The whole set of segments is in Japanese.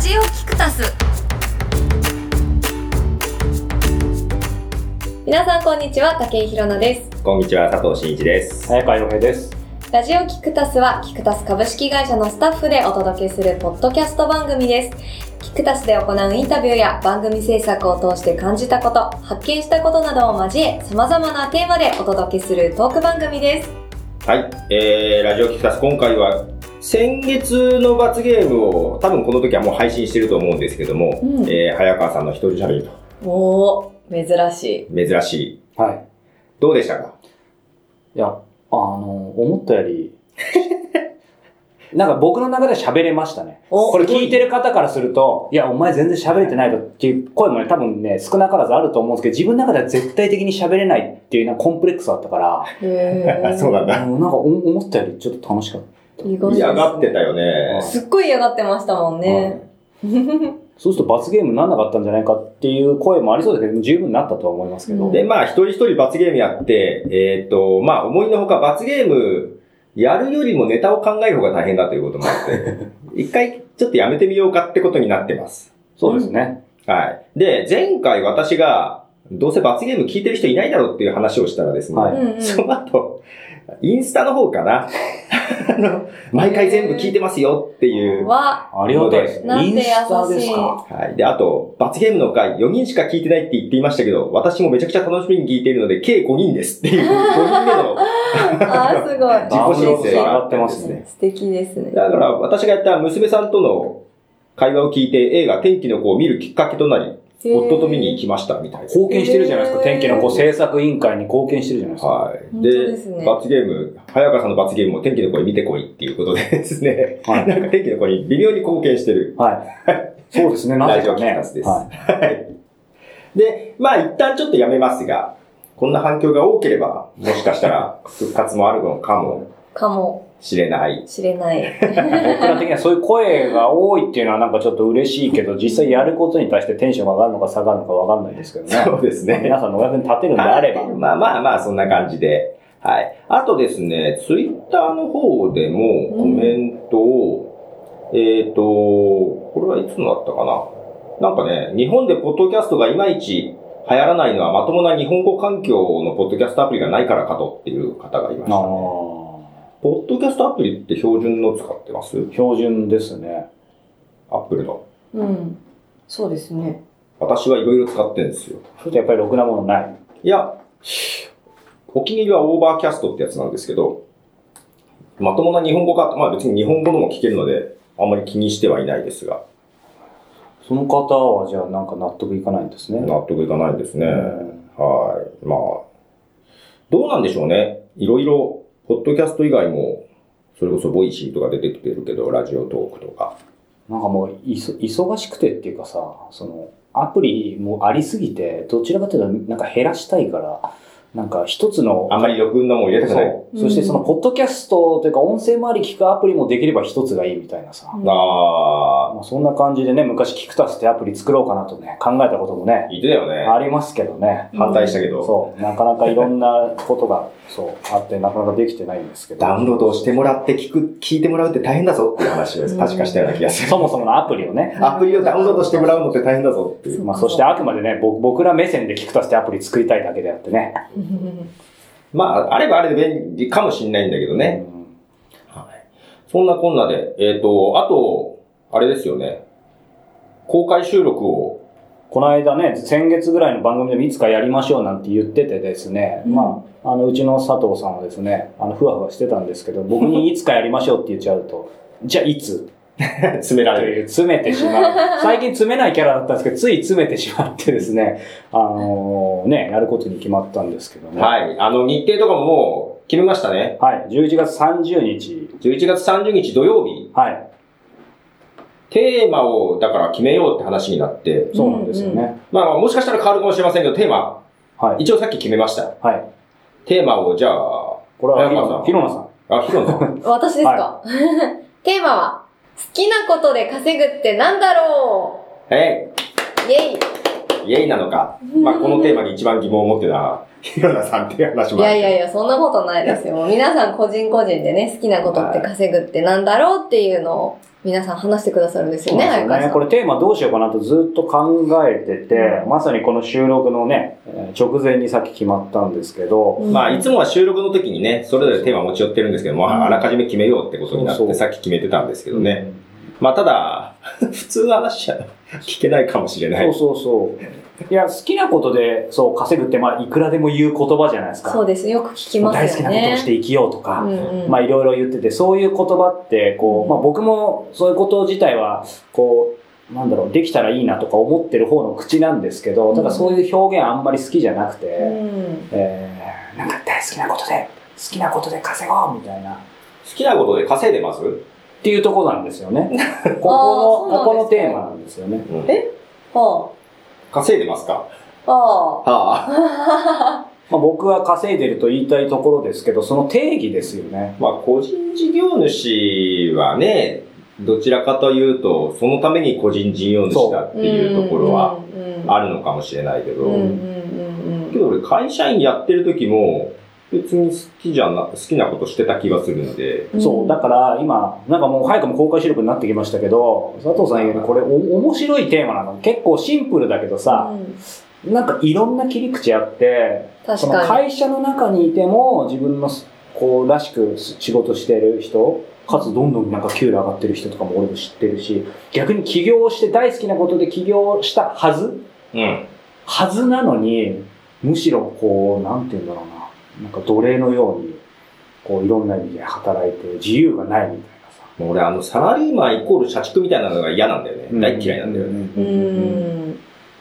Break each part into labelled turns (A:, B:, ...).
A: ジオキクタス
B: 皆さんこんにちは武井ひろなで
C: こんにちは、佐藤真一です。
D: 早川洋平です。
B: すラジオキクタスはキクタス株式会社のスタッフでお届けするポッドキャスト番組ですキクタスで行うインタビューや番組制作を通して感じたこと発見したことなどを交え様々なテーマでお届けするトーク番組です
C: はい、えー、ラジオキクタス、今回は、先月の罰ゲームを、多分この時はもう配信してると思うんですけども、
B: うん
C: えー、早川さんの一人喋りと、
B: おー珍し
C: 珍しい。
D: は
C: どうでしたか
D: い。いや、あの、思った より、なんか僕の中で喋れましたね。
B: お
D: これ聞いてる方からすると、いや、お前全然喋れてないとっていう声もね、多分ね、少なからずあると思うんですけど、自分の中では絶対的に喋れないっていうなんかコンプレックスだったから、
B: いへー
C: そうなんだ。
D: うんなんかお思ったよりちょっと楽しかった。
B: 意外です
C: 嫌がってたよね。
B: すっごい嫌がってましたもんね、
D: そうすると罰ゲームにならなかったんじゃないかっていう声もありそうですけど、十分なったとは思いますけど。
B: うん
C: で、まあ、一人一人罰ゲームやって、えーっと、まあ、思いのほか罰ゲーム、やるよりもネタを考える方が大変だということもあ って、一回ちょっとやめてみようかってことになってます。
D: そうですね。
C: はい。で、前回私が、どうせ罰ゲーム聞いてる人いないだろうっていう話をしたらですね、
D: はい
B: うんうん
C: その後、インスタの方かな あの、毎回全部聞いてますよっていう。は
B: は
D: ありがたいですね。
B: なんで優しい
D: インスタですか。
C: い。で、あと、罰ゲームの回、4人しか聞いてないって言っていましたけど、私もめちゃくちゃ楽しみに聞いているので、計5人ですっていう、5 人目の。
B: あーすごい
C: 自己申請があんですね。
B: 素敵ですね
C: だから、私がやった娘さんとの会話を聞いて、映画、天気の子を見るきっかけとなり、夫と見に行きました、みたいな。
D: 貢献してるじゃないですか。
B: へー
D: 天気の子制作委員会に貢献してるじゃないですか。
C: は
B: 本
C: い。
B: 当
C: で
B: ですね
C: 罰ゲーム、早川さんの罰ゲームも天気の声見てこいっていうことで ですね、
D: はい
C: なんか天気の声に微妙に貢献してる。
D: はい。そうですね、なぜかね。
C: ラジオキクタスです
D: はい。
C: で、まあ一旦ちょっとやめますが、こんな反響が多ければ、もしかしたら復活もあるのかも
B: かも
C: しれない。
B: しれない。
D: 僕ら的にはそういう声が多いっていうのはなんかちょっと嬉しいけど、実際やることに対してテンションが上がるのか下がるのかわかんないですけどね。
C: そうですね
D: 皆さんのお役に立てるんであれば。
C: まあまあまあ、そんな感じで。はい。あとですね、ツイッターの方でもコメントを、えっ、と、これはいつのだったかな。なんかね、日本でポッドキャストがいまいち流行らないのはまともな日本語環境のポッドキャストアプリがないからかとっていう方がいました、ね。
D: あ
C: ポッドキャストアプリって標準の使ってます
D: ー標準ですね。
C: アップルの。
B: うん。そうです ね。
C: 私はいろいろ使ってるんですよ。
D: ちょっとやっぱりろくなものない。
C: いや、お気に入りはオーバーキャストってやつなんですけど、まともな日本語か、まあ別に日本語のも聞けるので、あんまり気にしてはいないですが、
D: その方はじゃあなんか納得いかないんですね。
C: 納得いかないですね。
D: うん
C: はい。まあ、どうなんでしょうね。いろいろ、ポッドキャスト以外も、それこそボイシーとか出てきてるけど、ラジオトークとか。
D: なんかもういそ忙しくてっていうかさそのアプリもありすぎてどちらかというとなんか減らしたいからなんか一つの
C: あんまり余分なもん入れたくない。
D: そうそしてそのポッドキャストというか音声周り聞くアプリもできれば一つがいいみたいなさ、
C: あ
D: まあ、そんな感じでね昔キクタスってアプリ作ろうかなとね考えたこともね
C: ー、言ってたよね。
D: ありますけどね
C: 反対したけど、
D: そうなかなかいろんなことがそうあってなかなかできてないんですけど
C: ダウンロードをしてもらって聞く、聞いてもらうって大変だぞっていう話を
B: うん
C: 確かしたような気がする。
D: そもそものアプリをね
C: アプリをダウンロードしてもらうのって大変だぞっていう。
D: まあ、そしてあくまでね、僕僕ら目線でキクタスってアプリ作りたいだけであってね。
B: うん
C: まあ、あればあれで便利かもしれないんだけどね。
D: うん
C: そんなこんなで、えっ、と、あと、あれですよね。公開収録を、
D: この間ね、先月ぐらいの番組でもいつかやりましょうなんて言っててですね、
B: うん
D: まあ、あの、うちの佐藤さんはですね、あの、ふわふわしてたんですけど、僕にいつかやりましょうって言っちゃうと、 じゃあいつ
C: 詰めら
D: と
C: れる。
D: いう詰めてしま う。最近詰めないキャラだったんですけど、つい詰めてしまってですね、あのね、やることに決まったんですけどね。い。
C: はい。あの、日程とかももう決めましたね。
D: はい、11月30日。
C: 11月30日土曜日、
D: はい、
C: テーマを、だから決めようって話になって、
D: そうなんですよね。
C: まあ、もしかしたら変わるかもしれませんけど、テーマ、
D: はい。
C: 一応さっき決めました。
D: はい。
C: テーマを、じゃあ、
D: これはひ
C: 早
D: ろ
C: 川、さん
D: ひろなさん。
C: あ、ヒロさ ん。
B: 私ですか テーマは、好きなことで稼ぐってなんだろ
C: えい、
B: うイェイ
C: イェイなのか。まあ、このテーマに一番疑問を持ってるの は、ひろなさんっていう話
B: い
C: もあ
B: や
C: る。
B: いやいや、そんなことないですよ。皆さん個人個人でね、好きなことって稼ぐってなんだろうっていうのを皆さん話してくださるんですよね、
D: そうです
B: 早川さん。
D: これテーマどうしようかなとずっと考えてて、まさにこの収録のね、えー直前にさっき決まったんですけど、
B: うん
C: まあ、いつもは収録の時にね、それぞれテーマ持ち寄ってるんですけども、
D: うん
C: ああらかじめ決めようってことになっ
D: そうそ
C: て、
D: う
C: さっき決めてたんですけどね。まあ、ただ、普通の話じゃ聞けないかもしれな
D: そう
C: い。
D: そうそう。いや、好きなことで、そう、稼ぐって、まあ、いくらでも言う言葉じゃないですか。
B: そうです。よく聞きますよね。
D: 大好きなことをして生きようとか、
B: うんうん
D: まあ、いろいろ言ってて、そういう言葉って、こう、まあ、僕もそういうこと自体は、こう、なんだろう、できたらいいなとか思ってる方の口なんですけど、ただそういう表現あんまり好きじゃなくて、
B: うん
D: えーなんか大好きなことで、好きなことで稼ごうみたいな、っ
C: 好きなことで稼いでます
D: ていうとこなんです よね。ここの、
B: あーそうなんですね
D: ここのテーマなんですよね。
C: うん
B: えは
C: 稼いでますか
B: あ。は
C: はあ。
B: あ。
D: まあ、僕は稼いでると言いたいところですけど、その定義ですよね。
C: まあ、個人事業主はね、どちらかというと、そのために個人事業主だっていうところは
B: うんうんうん、
C: あるのかもしれないけど、
B: うんうんうん
C: けど俺会社員やってる時も、別に好きじゃな、好きなことしてた気がするので、
B: うん。
D: そう、だから今、なんかもう早くも公開収録になってきましたけど、佐藤さん言うようにこれお面白いテーマなの。結構シンプルだけどさ、
B: うん
D: なんかいろんな切り口あって、
B: 確
D: その
B: かに。
D: 会社の中にいても自分のこうらしく仕事してる人、かつどんどんなんか給料上がってる人とかも俺も知ってるし、逆に起業して大好きなことで起業したはず
C: うん。
D: はずなのに、むしろこう、なんて言うんだろうな、なんか奴隷のように、こういろんな意味で働いて自由がないみたいなさ。
C: もう俺あの、サラリーマンイコール社畜みたいなのが嫌なんだよね。大っ嫌いなんだよね。
B: う
D: ね。
B: ん。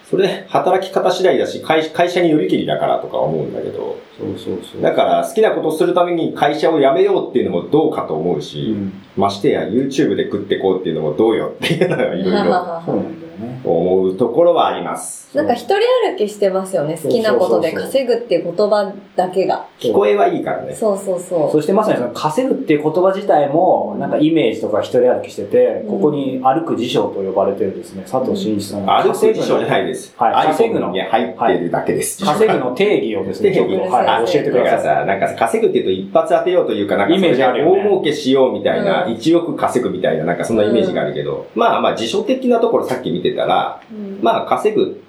C: それ、働き方次第だし、会会社によりきりだからとか思うんだけど、
D: そうそうそう。
C: だから好きなことをするために会社を辞めようっていうのもどうかと思うし、
D: うん
C: ましてや YouTube で食ってこうっていうのもどうよっていうのがいろいろ
D: そうなんだよね。
C: 思うところはあります。
B: なんか一人歩きしてますよね。好きなことで稼ぐっていう言葉だけが。
C: 聞こえはいいからね。
B: そうそうそ
D: そしてまさにその稼ぐっていう言葉自体も、なんかイメージとか一人歩きしてて、
B: うん
D: ここに歩く辞書と呼ばれてるですね、佐藤真一さんが
C: 歩く
D: 稼
C: 辞
D: ぐ
C: 書じゃ
D: の、
C: ないです。
D: はい稼ぐ
C: iPhone
D: の
C: に入ってるだけです。
D: 稼ぐの定義をですね、ち
C: 定
D: ょっ
C: 義
D: と、は、
B: はいい
D: 教え
C: だ
D: てく
C: か
D: だ
C: ら
D: さい。
C: さ、なんか稼ぐっていうと一発当てようというか、なんか
D: イメージあるよね
C: それで大儲けしようみたいな、
B: うん
C: 1億稼ぐみたいな、なんかそんなイメージがあるけど、まあまあ辞書的なところさっき見てたら、
B: う。うん
C: まあ稼ぐ、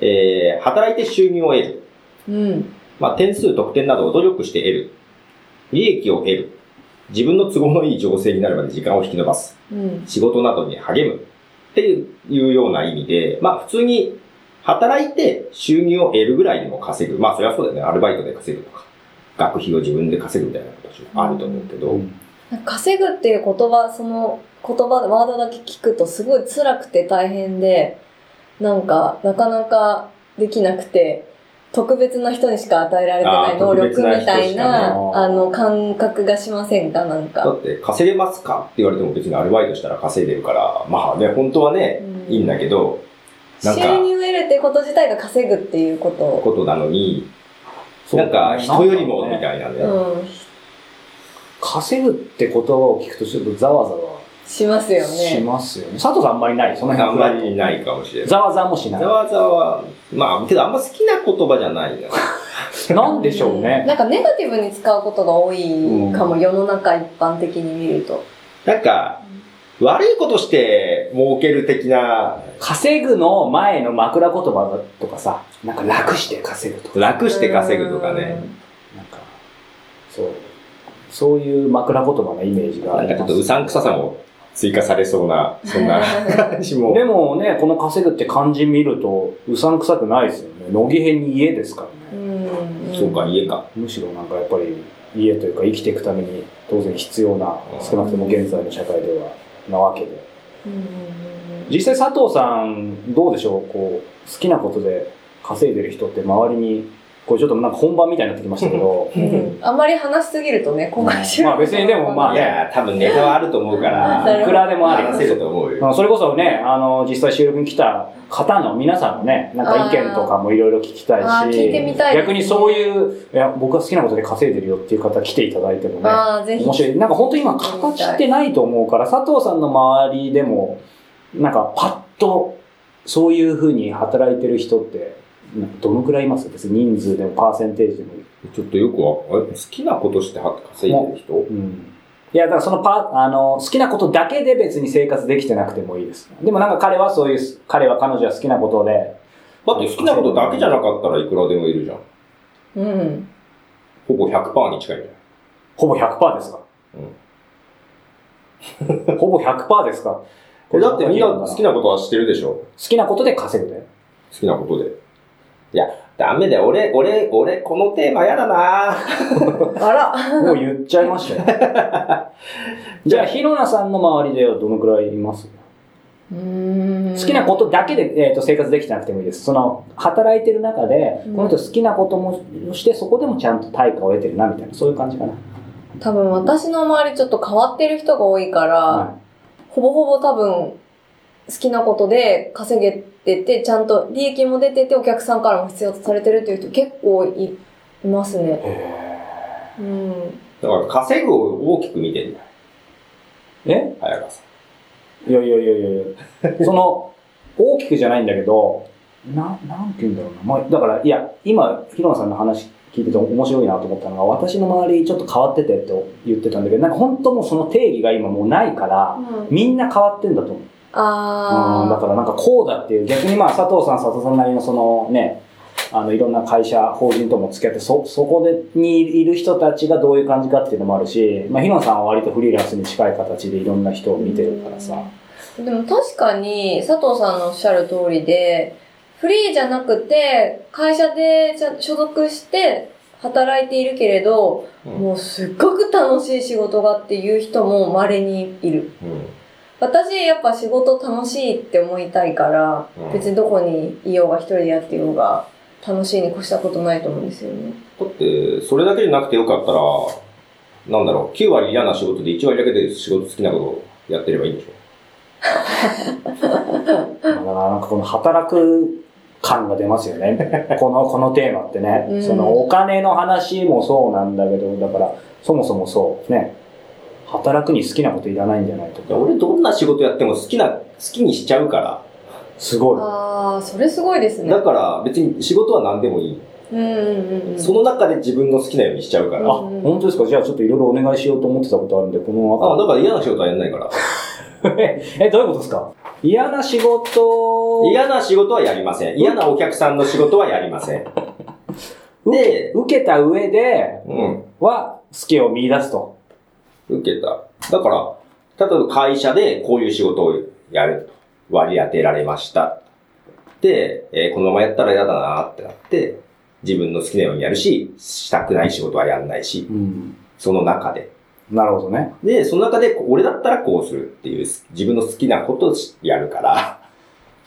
C: えー、働いて収入を得る。
B: うん。
C: まあ点数、得点などを努力して得る。利益を得る。自分の都合のいい情勢になるまで時間を引き延ばす。
B: うん。
C: 仕事などに励むっていうような意味で、まあ普通に働いて収入を得るぐらいでも稼ぐ。まあそれはそうだよね。アルバイトで稼ぐとか、学費を自分で稼ぐみたいなこともあると思うけど、
B: なんか稼ぐっていう言葉、その言葉、ワードだけ聞くとすごい辛くて大変で、なんか、なかなかできなくて、特別な人にしか与えられてな
C: あー
B: い能力みた
C: 特別な人
B: い
C: しかね
B: な、あの、感覚がしませんかなん
C: だ
B: か。
C: って稼げますかって言われても別にアルバイトしたら稼いでるから、まあね、本当はね、
B: うん
C: いいんだけど、
B: 収
C: なんか
B: 入を得るってこと自体が稼ぐっていうこと
C: ことなのに、
D: そう
C: なんか人よりもみ
D: な。
C: たいなね。
B: うん、
D: 稼ぐって言葉を聞くとちょっとざわざわ
B: しますよ
D: し
B: ね。
D: ますよね。佐藤さんあんまりない、その辺
C: あんまりないかもしれない。
D: ざわざわもしない
C: ざ。わざわ、まあ、けどあんま好きな言葉じゃないな。
D: なんでしょうね。
B: なんかネガティブに使うことが多いかも、世の中一般的に見ると。
C: なんか、悪いことして儲ける的な、
D: 稼ぐの前の枕言葉とかさ、なんか楽して稼ぐとか。
C: 楽して稼ぐとかね、
D: なんか、そう。そういう枕言葉のイメージがあ
C: なん
D: り
C: か
D: ます
C: ちょっとうさんくささも追加されそうな、
B: うん。
C: そんな感じも
D: で。もね、この稼ぐって漢字見ると、うさんくさくないですよね。乃木編に家ですから
B: う
D: ね。
B: ん。
C: そうか、家か。
D: むしろなんかやっぱり、家というか生きていくために当然必要な
C: う、ん
D: 少なくとも現在の社会では、なわけで。
B: うん。
D: 実際佐藤さん、どうでしょうこう、好きなことで稼いでる人って周りに、これちょっとなんか本番みたいになってきました けど、
B: うんうんあんまり話しすぎるとね、今回収録
D: まあ別にでもまあ
C: い
D: ね
C: や、多分ネタはあると思うか
B: なる
C: ら、
D: い
B: ほ
D: く
B: ど
D: らでもあり
C: 話せると思うよ。
D: まあそれこそね、あの、実際収録に来た方の皆さんのね、なんか意見とかもいろいろ聞きたいし、
B: あー聞いてみたいですね
D: 逆にそういう、いや、僕は好きなことで稼いでるよっていう方来ていただいてもね、
B: ああ、ぜひ。
D: 面白い。なんか本当に今形ってないと思うから、佐藤さんの周りでも、なんかパッと、そういうふうに働いてる人って、なんかどのくらいいます別に人数でもパーセンテージでも。
C: ちょっとよくわ、あ好きなことしては稼いでる人
D: うん。いや、だからそのパ、あの、好きなことだけで別に生活できてなくてもいいです。でもなんか彼はそういう、彼は彼女は好きなことで、
C: だって好きなことだけじゃなかったらいくらでもいるじゃん。
B: うん。
C: ほぼ100%に近いんじゃない
D: ほぼ100%ですかうん。ほぼ100%ですか
C: えだってみんな好
D: 好
C: きなことはしてるでしょ
D: きなことで稼ぐだよ。
C: 好きなことで。いや、ダメだよ。俺、俺、俺、このテーマやだな
B: あら。
D: もう言っちゃいましたよ。 じゃあ、ひろなさんの周りではどのくらいいます
B: 好
D: 好きなことだけで、えー、と生活できてなくてもいいです。その、働いてる中で、
B: うん
D: この人好きなこともして、そこでもちゃんと対価を得てるな、みたいな、そういう感じかな。
B: 多分私の周りちょっと変わってる人が多いから、
D: は
B: ほぼほぼ多分好きなことで稼げてて、ちゃんと利益も出ててお客さんからも必要とされてるっていう人結構いいますね。
D: い、
B: うん。
C: だから稼ぐを大きく見てるんだよ、
D: え
C: 早川さん。
D: いやいやいやいやいやその、大きくじゃないんだけど、な、なんて言うんだろうな。まあ、だから、いや、今、ひろなさんの話聞いてて面白いなと思ったのが、私の周りちょっと変わっててって言ってたんだけど、なんか本当もうその定義が今もうないから、みんな変わってんだと思う。うん、だ
B: あ
D: からなんかこうだっていう、逆にまあ佐藤さん、佐藤さんなりのそのね、あのいろんな会社、法人とも付き合って、そ、そこで、にいる人たちがどういう感じかっていうのもあるし、まあ、ひのさんは割とフリーランスに近い形でいろんな人を見てるからさ。
B: あ。でも確かに佐藤さんのおっしゃる通りで、フリーじゃなくて、会社でちゃん所属して働いているけれど、
C: うん
B: もうすっごく楽しい仕事がっていう人も稀にいる。
C: うん。
B: 私やっぱ仕事楽しいって思いたいから、
C: うん
B: 別にどこにいようが一人でやっていようが楽しいに越したことないと思うんですよね。
C: だって、それだけじゃなくてよかったら、なんだろう、9割嫌な仕事で1割だけで仕事好きなことやってればいいんでしょ
D: だからなんかこの働く感が出ます よね。この、このテーマってね。
B: うん
D: そのお金の話もそうなんだけど、だから、そもそもそう、ね、働くに好きなこといらないんじゃないと
C: い
D: か
C: や。俺どんな仕事やっても好きな、好きにしちゃうから。
D: すごい。
B: ああ、それすごいですね。
C: だから別に仕事は何でもいい。
B: うんうんうんうん。
C: その中で自分の好きなようにしちゃうか
D: あ、
C: ら。あ
D: 本当ですかじゃあちょっといろいろお願いしようと思ってたことあるんで、この
C: あ、だから嫌な仕事はやんないから。
D: え、どういうことですか嫌な仕事を
C: 嫌な仕事はやりません。嫌なお客さんの仕事はやりません。で、
D: 受けた上で
C: うん。
D: は、好きを見出すと。
C: 受けた。だから、例えば会社でこういう仕事をやると。割り当てられました。で、えーこのままやったら嫌だなってなって、自分の好きなようにやるし、したくない仕事はやんないし、
D: うん。
C: その中で。
D: なるほどね。
C: で、その中で、俺だったらこうするっていう、自分の好きなことをやるから、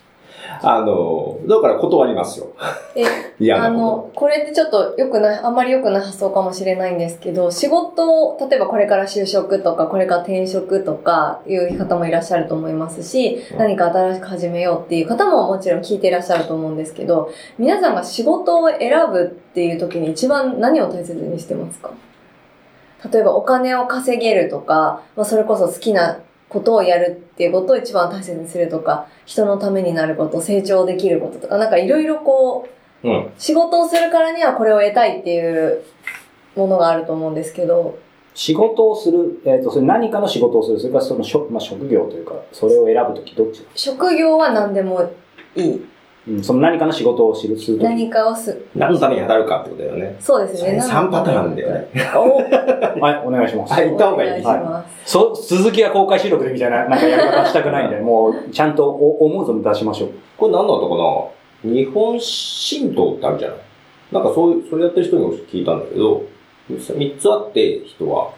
C: あの、だから断りますよ。
B: え、
C: 嫌
B: あ
C: なこ
B: の、これってちょっと良くない、あんまり良くない発想かもしれないんですけど、仕事を、例えばこれから就職とか、これから転職とかいう方もいらっしゃると思いますし、
C: うん
B: 何か新しく始めようっていう方ももちろん聞いていらっしゃると思うんですけど、皆さんが仕事を選ぶっていう時に一番何を大切にしてますか例えばお金を稼げるとか、まあ、それこそ好きなことをやるっていうことを一番大切にするとか、人のためになること、成長できることとか、なんかいろいろこう、
C: と。うん。
B: 仕事をするからにはこれを得たいっていうものがあると思うんですけど、
D: 仕事をする、えっ、と、それ何かの仕事をする、それからその職、まあ、職業というか、それを選ぶとき、どっち
B: 職業は何でもいい。
D: うん、その何かの仕事をするとき。
B: 何かをす、
C: 何のために働くかってことだよね。
B: そうです
C: そ
B: ね。
C: れ3パターンだよね。
D: はい、お願いします。
C: はい行った方がいい
B: お願します。
D: そ、続きは公開収録でみたいな、なんかやり方したくないんで、もう、ちゃんとお思う存分出しましょう。
C: これ何だったかな日本神道ってあるじゃないなんかそういう、それやってる人にも聞いたんだけど、3つあって人は、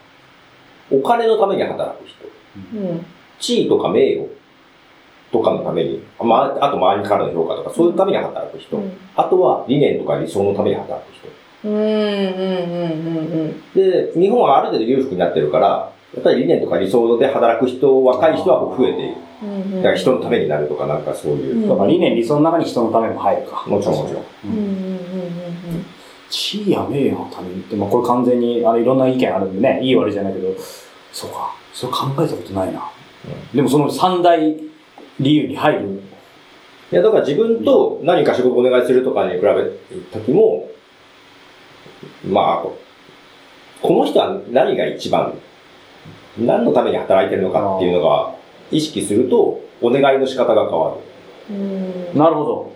C: お金のために働く人、
B: うん。
C: 地位とか名誉とかのために、まあ、あと周りからの評価とか、そういうために働く人、
B: うん
C: あとは理念とか理想のために働く人。
B: うんうんうんうんうん。
C: で、日本はある程度裕福になってるから、やっぱり理念とか理想で働く人、若い人は増えている。
B: うんうん
C: だから人のためになるとか、なんかそういう。
D: だから理念、理想の中に人のためも入るか。
C: もちろんもちろん。
B: うんうんうんうん
D: 地位や名誉のためにって、まあ、これ完全にあのいろんな意見あるんでね、いい悪いじゃないけど、そうか、それ考えたことないな。でもその三大理由に入る。
C: いや、だから自分と何か仕事お願いするとかに比べた時も、まあ、この人は何が一番何のために働いてるのかっていうのが意識すると、お願いの仕方が変わる。
B: うん
D: なるほど。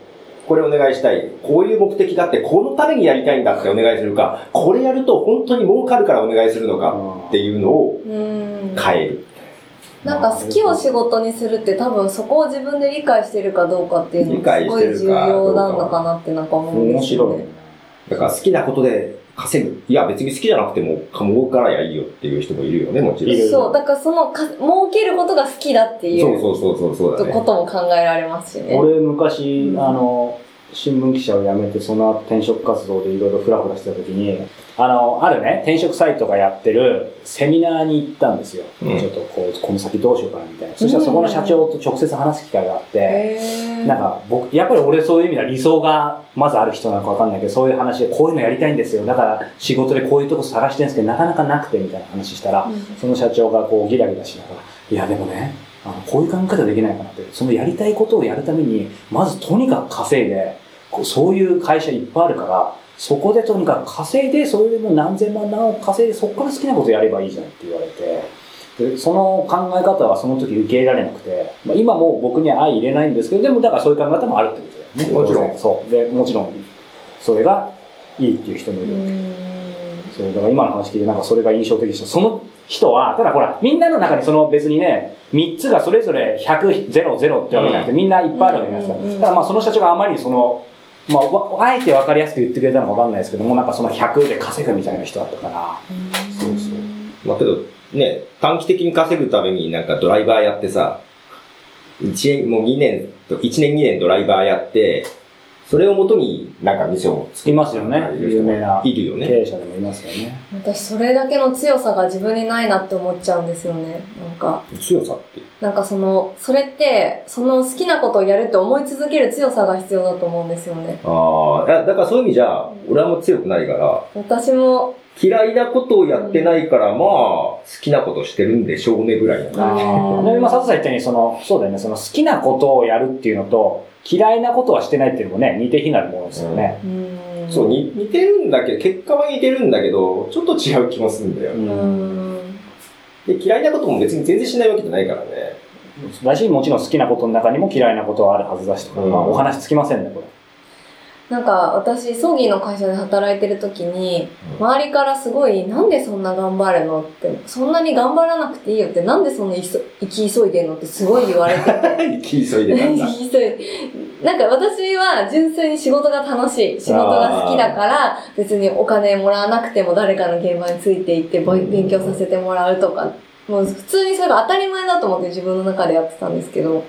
C: これお願いしたい。こういう目的があって、このためにやりたいんだってお願いするか、これやると本当に儲かるからお願いするのかっていうのを
B: うん
C: 変える。
B: なんか好きを仕事にするって多分そこを自分で理解してるかどうかっていうのがすごい重要なのかなってなんか思うん
D: 面
B: です
D: 白
B: よ
D: い
B: ね。。
C: だから好きなことで稼ぐ。いや、別に好きじゃなくても、儲からやいいよっていう人もいるよね、もちろん。
D: いる
B: そう、だからそのか、儲けることが好きだってい
C: そう
B: う
C: そうそうそうそうだ
B: こ
C: ね。
B: とも考えられますしね。
D: 俺昔、
B: うん
D: あの新聞記者を辞めてその後転職活動でいろいろフラフラしてた時にあのあるね転職サイトがやってるセミナーに行ったんですよ、
C: うん
D: ちょっとこうこの先どうしようかなみたいなそしたらそこの社長と直接話す機会があって、
B: へー
D: なんか僕やっぱり俺そういう意味では理想がまずある人なのかわかんないけどそういう話でこういうのやりたいんですよだから仕事でこういうとこ探してるんですけどなかなかなくてみたいな話したら、
B: うん
D: その社長がこうギラギラしながら、いやでもね、あのこういう考え方できないかなって、そのやりたいことをやるために、まずとにかく稼いで、こうそういう会社いっぱいあるから、そこでとにかく稼いで、それでもう何千万何億稼いで、そこから好きなことやればいいじゃんって言われて、でその考え方はその時受け入れられなくて、まあ、今もう僕には相入れないんですけど、でもだからそういう考え方もあるってことだよね。
C: もちろん
D: そう。で、もちろん、それがいいっていう人もいる。そう、だから今の話聞いてなんかそれが印象的でした。その人は、ただほら、みんなの中にその別にね、3つがそれぞれ100、0、0ってわけじゃなくて、みんないっぱいあるわけじゃないですか。
B: うんうんうん
D: ただまあその社長があまりにその、まあわ、あえて分かりやすく言ってくれたのか分かんないですけども、なんかその100で稼ぐみたいな人だったから。そうそう
C: まあけど、ね、短期的に稼ぐためになんかドライバーやってさ、一年、もう2年と、1年2年ドライバーやって、それをもとになんか店を作
D: いますよね、
C: る
D: 有
C: 人も
D: 名ない
C: るよ
D: 経
C: ね。
D: 営者でもいますよね。
B: 私それだけの強さが自分にないなって思っちゃうんですよね。なんか、
C: 強さって。
B: なんかその、それって、その好きなことをやるって思い続ける強さが必要だと思うんですよね。
C: ああ、だだからそういう意味じゃ
B: うん、
C: 俺はもう強くないから、
B: 私も、
C: 嫌いなことをやってないから、まあ、好きなことしてるんでしょうねぐらいな。
B: うん
D: で今、佐藤さん言ったように、その、そうだよね、その好きなことをやるっていうのと、嫌いなことはしてないっていうのもね、似て非なるものですよね。
B: うーん
C: そう、に似てるんだけど、結果は似てるんだけど、ちょっと違う気もするんだよ
D: う。
B: うー
D: ん
B: ん。
C: で、嫌いなことも別に全然しないわけじゃないからね。
D: だし、もちろん好きなことの中にも嫌いなことはあるはずだしとか、
C: うん
D: まあ、お話つきませんね、これ。
B: なんか、私、葬儀の会社で働いてる時に、周りからすごい、なんでそんな頑張るのって、そんなに頑張らなくていいよって、なんでそんな急生き急いでんのってすごい言われて
C: 生き急いでたんだ。
B: ひどいなんか私は純粋に仕事が楽しい。仕事が好きだから、別にお金もらわなくても誰かの現場について行ってぼい勉強させてもらうとか、もう普通にそれが当たり前だと思って自分の中でやってたんですけど、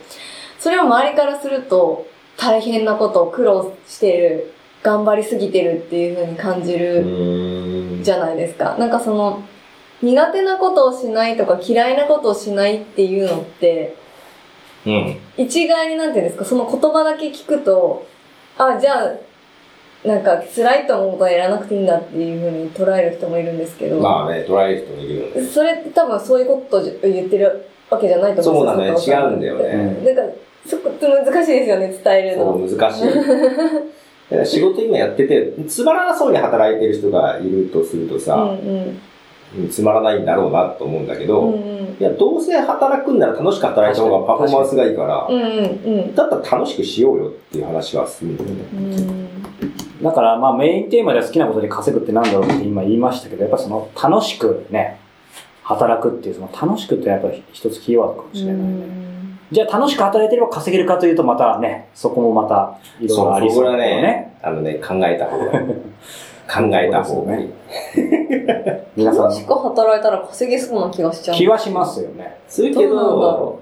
B: それを周りからすると、大変なことを苦労してる、頑張りすぎてるっていう風に感じ
C: う
B: る
C: ーん
B: じゃないですか。なんかその、苦手なことをしないとか嫌いなことをしないっていうのって、
C: うん。
B: 一概になんていうんですか、その言葉だけ聞くと、あ、じゃあ、なんか辛いと思うことはやらなくていいんだっていうふうに捉える人もいるんですけど、
C: まあね、捉える人もいるよね。
B: それって多分そういうことを言ってるわけじゃないと
C: そ
B: 思
C: う
B: う
C: なのよ、違うんだよ
D: う
C: ね。
D: ん
B: なんか、そこって難しいですよね、伝える
C: そ
B: の。
C: う、難しい。だから 仕事今やってて、つまらなそうに働いてる人がいるとすると
B: う
C: さ、
B: んうん。
C: つまらないんだろうなと思うんだけ
B: う
C: ど、
B: んうん。
C: いや、どうせ働くんなら楽しく働いた方がパフォーマンスがいいから
B: う、んうん
C: だったら楽しくしようよっていう話はするんだよね。
B: うん。うん
D: だから、まあ、メインテーマでは好きなことで稼ぐってなんだろうって今言いましたけど、やっぱその、楽しくね、働くっていう、その、楽しくってやっぱ一つキーワードかもしれないね。じゃあ、楽しく働いてれば稼げるかというと、またね、そこもまた、いろいろありそう
C: こ
D: だ
C: は
D: よね。
C: ね、あのね、考えた方がいい。考えた方がいい。
D: 皆さ
B: 楽し
D: ん、
B: く働いたら稼げそうな気がしちゃう。
D: 気はしますよね。
C: するけ
B: どうなんだ
C: ど
B: ろ、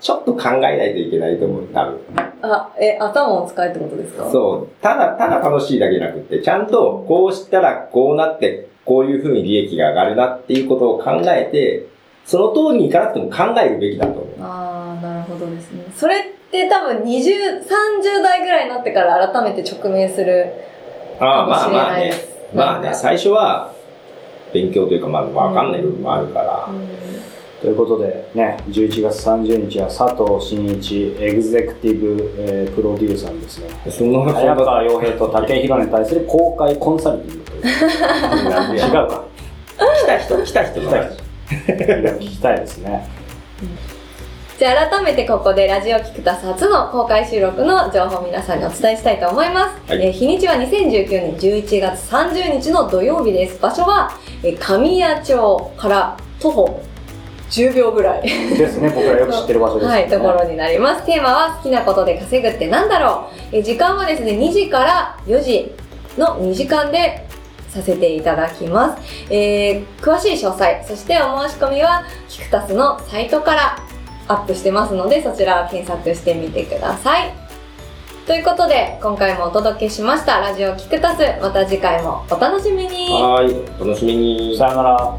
C: ちょっと考えないといけないと思う、多分。
B: あ、え、頭を使えってことですか
C: そう。ただ、ただ楽しいだけじゃなくって、ちゃんとこうしたらこうなって、こういうふうに利益が上がるなっていうことを考えて、その通りにいかなくても考えるべきだと思う。
B: ああ、なるほどですね。それって多分20、30代ぐらいになってから改めて直面する
C: あ
B: か
C: あ、
B: も
C: まあ
B: しれ
C: まあ
B: ないで
C: ね。
B: す。
C: まあね、最初は勉強というか、まあわかんない部分もあるから
B: う、ん
D: ということでね、11月30日は佐藤真一エグゼクティブ、えープロデューサーにですね、
C: そんな話
D: 早川洋平と武井宏明に対する 公開コンサルティングという違うか
C: 来た人、来た人の話。
D: 聞きたいですね。
B: じゃあ改めてここでラジオキクタス初の公開収録の情報を皆さんにお伝えしたいと思います、
C: はい
B: えー日にちは2019年11月30日の土曜日です場所は、えー神谷町から徒歩10秒ぐらい
D: ですね、僕らよく知ってる場所です、ね。
B: はい、ところになります。テーマは好きなことで稼ぐってなんだろう。え時間はですね、2時から4時の2時間でさせていただきます。えー詳しい詳細、そしてお申し込みは、キクタスのサイトからアップしてますので、そちらを検索してみてください。ということで、今回もお届けしました、ラジオキクタス。また次回もお楽しみに。
C: はい、お楽しみに。
D: さよなら。